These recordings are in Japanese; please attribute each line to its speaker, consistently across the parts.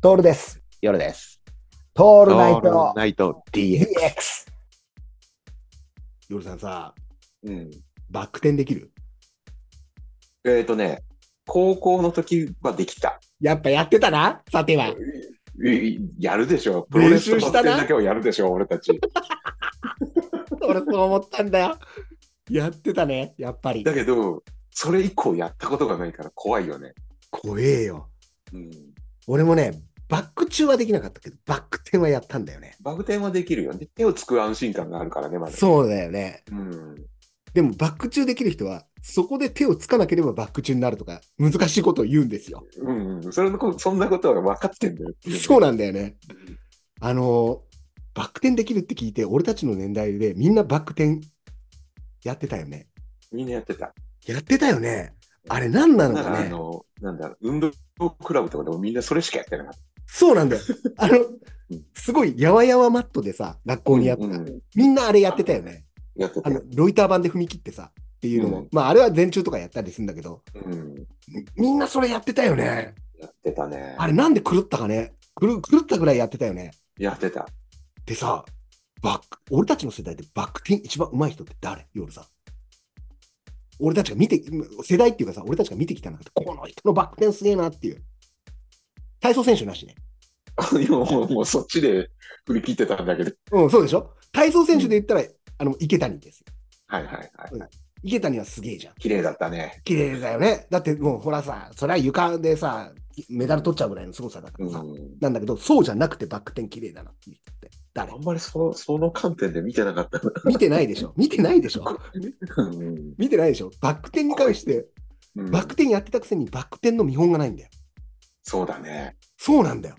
Speaker 1: トールです。
Speaker 2: 夜です。
Speaker 1: ト
Speaker 2: オ
Speaker 1: ールナイト
Speaker 2: ナイト DX。
Speaker 1: DX。
Speaker 3: 夜さんさ、
Speaker 2: うん、
Speaker 3: バック転できる
Speaker 2: えっ、ー、とね、高校の時はできた。
Speaker 3: やっぱやってたなさては。
Speaker 2: いやるでしょ。プロレスと
Speaker 3: 練習したな
Speaker 2: バスケだけはやるでしょ、俺たち。
Speaker 3: 俺そう思ったんだよ。やってたね、やっぱり
Speaker 2: だ。けど、それ以降やったことがないから怖いよね。
Speaker 3: 怖えよ。
Speaker 2: うん、
Speaker 3: 俺もね、バック中はできなかったけど、バック転はやったんだよね。
Speaker 2: バグ転はできるよね。手をつく安心感があるからね、まだ。
Speaker 3: そうだよね。
Speaker 2: うん。
Speaker 3: でもバック中できる人は、そこで手をつかなければバック中になるとか、難しいことを言うんですよ。
Speaker 2: うんうん、それのこそんなことは分かってんだよっていうね
Speaker 3: そうなんだよね。あの、バック転できるって聞いて、俺たちの年代でみんなバック転やってたよね。
Speaker 2: みんなやってた。
Speaker 3: やってたよね。あれ何なの
Speaker 2: だか、
Speaker 3: から
Speaker 2: あ
Speaker 3: ね。
Speaker 2: の、なんだ、運動クラブとかでもみんなそれしかやってなかった。
Speaker 3: そうなんだ よ。あの
Speaker 2: ん、
Speaker 3: すごいやわやわマットでさ、学校にやった。
Speaker 2: うん
Speaker 3: みんなあれやってたよね。
Speaker 2: やってた
Speaker 3: あ。の、ロイター版で踏み切ってさ、っていうのも。
Speaker 2: うん
Speaker 3: まあ、あれは前中とかやったりするんだけど、
Speaker 2: うん、
Speaker 3: みみんなそれやってたよね。
Speaker 2: やってたね。
Speaker 3: あれなんで狂ったかね。狂狂ったぐらいやってたよね。
Speaker 2: やってた。
Speaker 3: でさ、バック、俺たちの世代でバック転一番上手い人って誰夜さん。俺たちが見て、世代っていうかさ、俺たちが見てきた中で、この人のバック転すげえなっていう。体操選手なしね。
Speaker 2: 今もうもうそっちで振り切ってたんだけど。
Speaker 3: うん、そうでしょ体操選手で言ったら、あの、池谷ですよ。
Speaker 2: はいはいはい。
Speaker 3: 池谷はすげえじゃん。
Speaker 2: 綺麗だったね。
Speaker 3: 綺麗だよね。だってもうほらさ、それは床でさ、メダル取っちゃうぐらいの凄さだか
Speaker 2: う
Speaker 3: ら
Speaker 2: ん
Speaker 3: さ。。なんだけど、そうじゃなくてバック転綺麗だなっていう人って。誰
Speaker 2: あんまりそその観点で見てなかったな。
Speaker 3: 見てないでしょ見てないでしょ
Speaker 2: うん
Speaker 3: 見てないでしょバック転に関して、
Speaker 2: うん
Speaker 3: バック転やってたくせにバック転の見本がないんだよ。
Speaker 2: そうだね。
Speaker 3: そうなんだよ。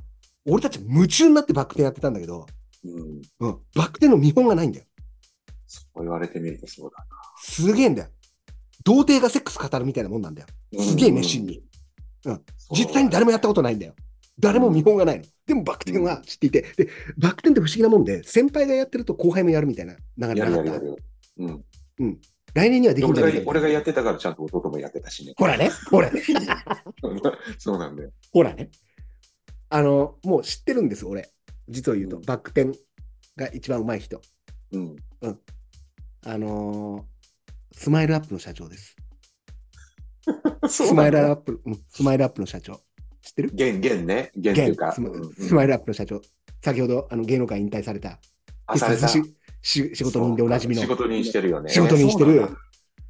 Speaker 3: 俺たち夢中になってバック転やってたんだけど、
Speaker 2: うん。
Speaker 3: うん、バック転の見本がないんだよ。
Speaker 2: そう言われてみるとそうだ。
Speaker 3: すげえんだよ。童貞がセックス語るみたいなもんなんだよ。すげえ熱心に。実際に誰もやった
Speaker 2: こ
Speaker 3: ことないんだよ。誰も見本がないの。でもバック転は知っていて、で、バック転って不思議なもんで、先輩がやってると後輩もやるみたいな流れ
Speaker 2: や
Speaker 3: な
Speaker 2: るやる
Speaker 3: か
Speaker 2: や
Speaker 3: った。
Speaker 2: る。うん、
Speaker 3: 来年にはできるんじゃな
Speaker 2: 俺が
Speaker 3: いかな
Speaker 2: 俺がやってたからちゃんと弟もやってたしね。
Speaker 3: ほらね、ほらね、
Speaker 2: そうなんだよ。
Speaker 3: ほらね。あの、もう知ってるんです、俺。実を言うと、
Speaker 2: うん
Speaker 3: バック転が一番うまい人。
Speaker 2: うん、
Speaker 3: あのースマイルアップの社長です。
Speaker 2: そ
Speaker 3: ス
Speaker 2: う
Speaker 3: マ
Speaker 2: な
Speaker 3: イ
Speaker 2: んだ
Speaker 3: ルア
Speaker 2: よ
Speaker 3: ップ、うんスマイルアップの社長。知ってる
Speaker 2: 現現ね。現っていうか。
Speaker 3: スマ
Speaker 2: うん
Speaker 3: スマイルアップの社長。先ほど、あの、芸能界引退された。
Speaker 2: あされた
Speaker 3: しし仕事人でおなじみの。
Speaker 2: そう仕事人してるよね。
Speaker 3: 仕事にして
Speaker 2: そう
Speaker 3: る
Speaker 2: なんだ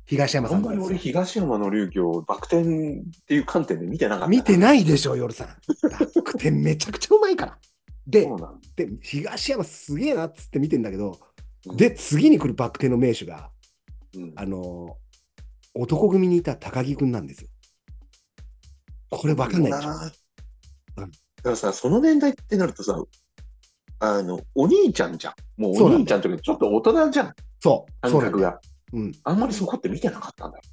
Speaker 3: 東山
Speaker 2: あ
Speaker 3: さん
Speaker 2: ん
Speaker 3: な
Speaker 2: ま
Speaker 3: ん
Speaker 2: り
Speaker 3: です
Speaker 2: 俺、
Speaker 3: よ。
Speaker 2: 東山の流儀をバク転っていう観点で見てなかった。
Speaker 3: 見てないでしょ、夜さん。バック転めちゃくちゃうまいから。で
Speaker 2: そう、なんだ
Speaker 3: で東山すげえなっつって見てんだけど、
Speaker 2: うん
Speaker 3: で、次に来るバック転の名手が、
Speaker 2: うん
Speaker 3: あのー男組にいた高木君なんですよ。これわかんないでしょ。
Speaker 2: だ
Speaker 3: うん
Speaker 2: からさ、その年代ってなるとさ、あの、お兄ちゃんじゃん。もう
Speaker 3: そ
Speaker 2: お
Speaker 3: うなん
Speaker 2: 兄ち
Speaker 3: だ
Speaker 2: ゃんというかちょっと大人じゃん、
Speaker 3: そう、そ
Speaker 2: 感
Speaker 3: うなん
Speaker 2: 覚
Speaker 3: だよ。
Speaker 2: が。
Speaker 3: うん、
Speaker 2: あんまりそこって見てなかったんだよ。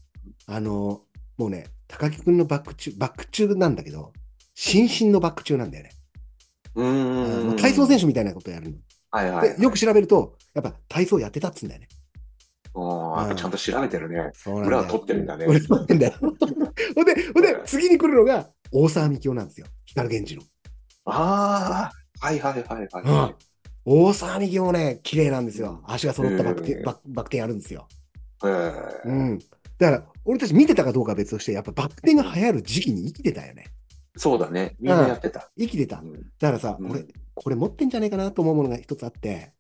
Speaker 3: あのーもうね、高木君のバック中、バック中なんだけど、新進のバック中なんだよね。
Speaker 2: う
Speaker 3: あ
Speaker 2: ー
Speaker 3: の
Speaker 2: ん。
Speaker 3: 体操選手みたいなことやるの。
Speaker 2: はいはい。
Speaker 3: で、よく調べると、やっぱ体操やってたっつうんだよね。
Speaker 2: あーやっぱちゃんと調べてるね。
Speaker 3: そうなんだ
Speaker 2: 裏
Speaker 3: よ
Speaker 2: を取ってるんだね。
Speaker 3: 俺そうなんだよ。 ほんで、ほんで、次に来るのが、大沢みきおなんですよ。光源氏の。
Speaker 2: ああ、はいはいはいはい。
Speaker 3: うん大沢みきおね、綺麗なんですよ。足が揃ったバック
Speaker 2: へ
Speaker 3: 転、
Speaker 2: ー
Speaker 3: バックバック転あるんですよ。
Speaker 2: え
Speaker 3: う
Speaker 2: ー
Speaker 3: ん。だから、俺たち見てたかどうかは別として、やっぱバック転が流行る時期に生きてたよね。
Speaker 2: そうだね。みんなやってた。
Speaker 3: 生きてた
Speaker 2: う。ん
Speaker 3: だからさ、
Speaker 2: うん
Speaker 3: 俺、これ持ってんじゃねえかなと思うものが一つあって、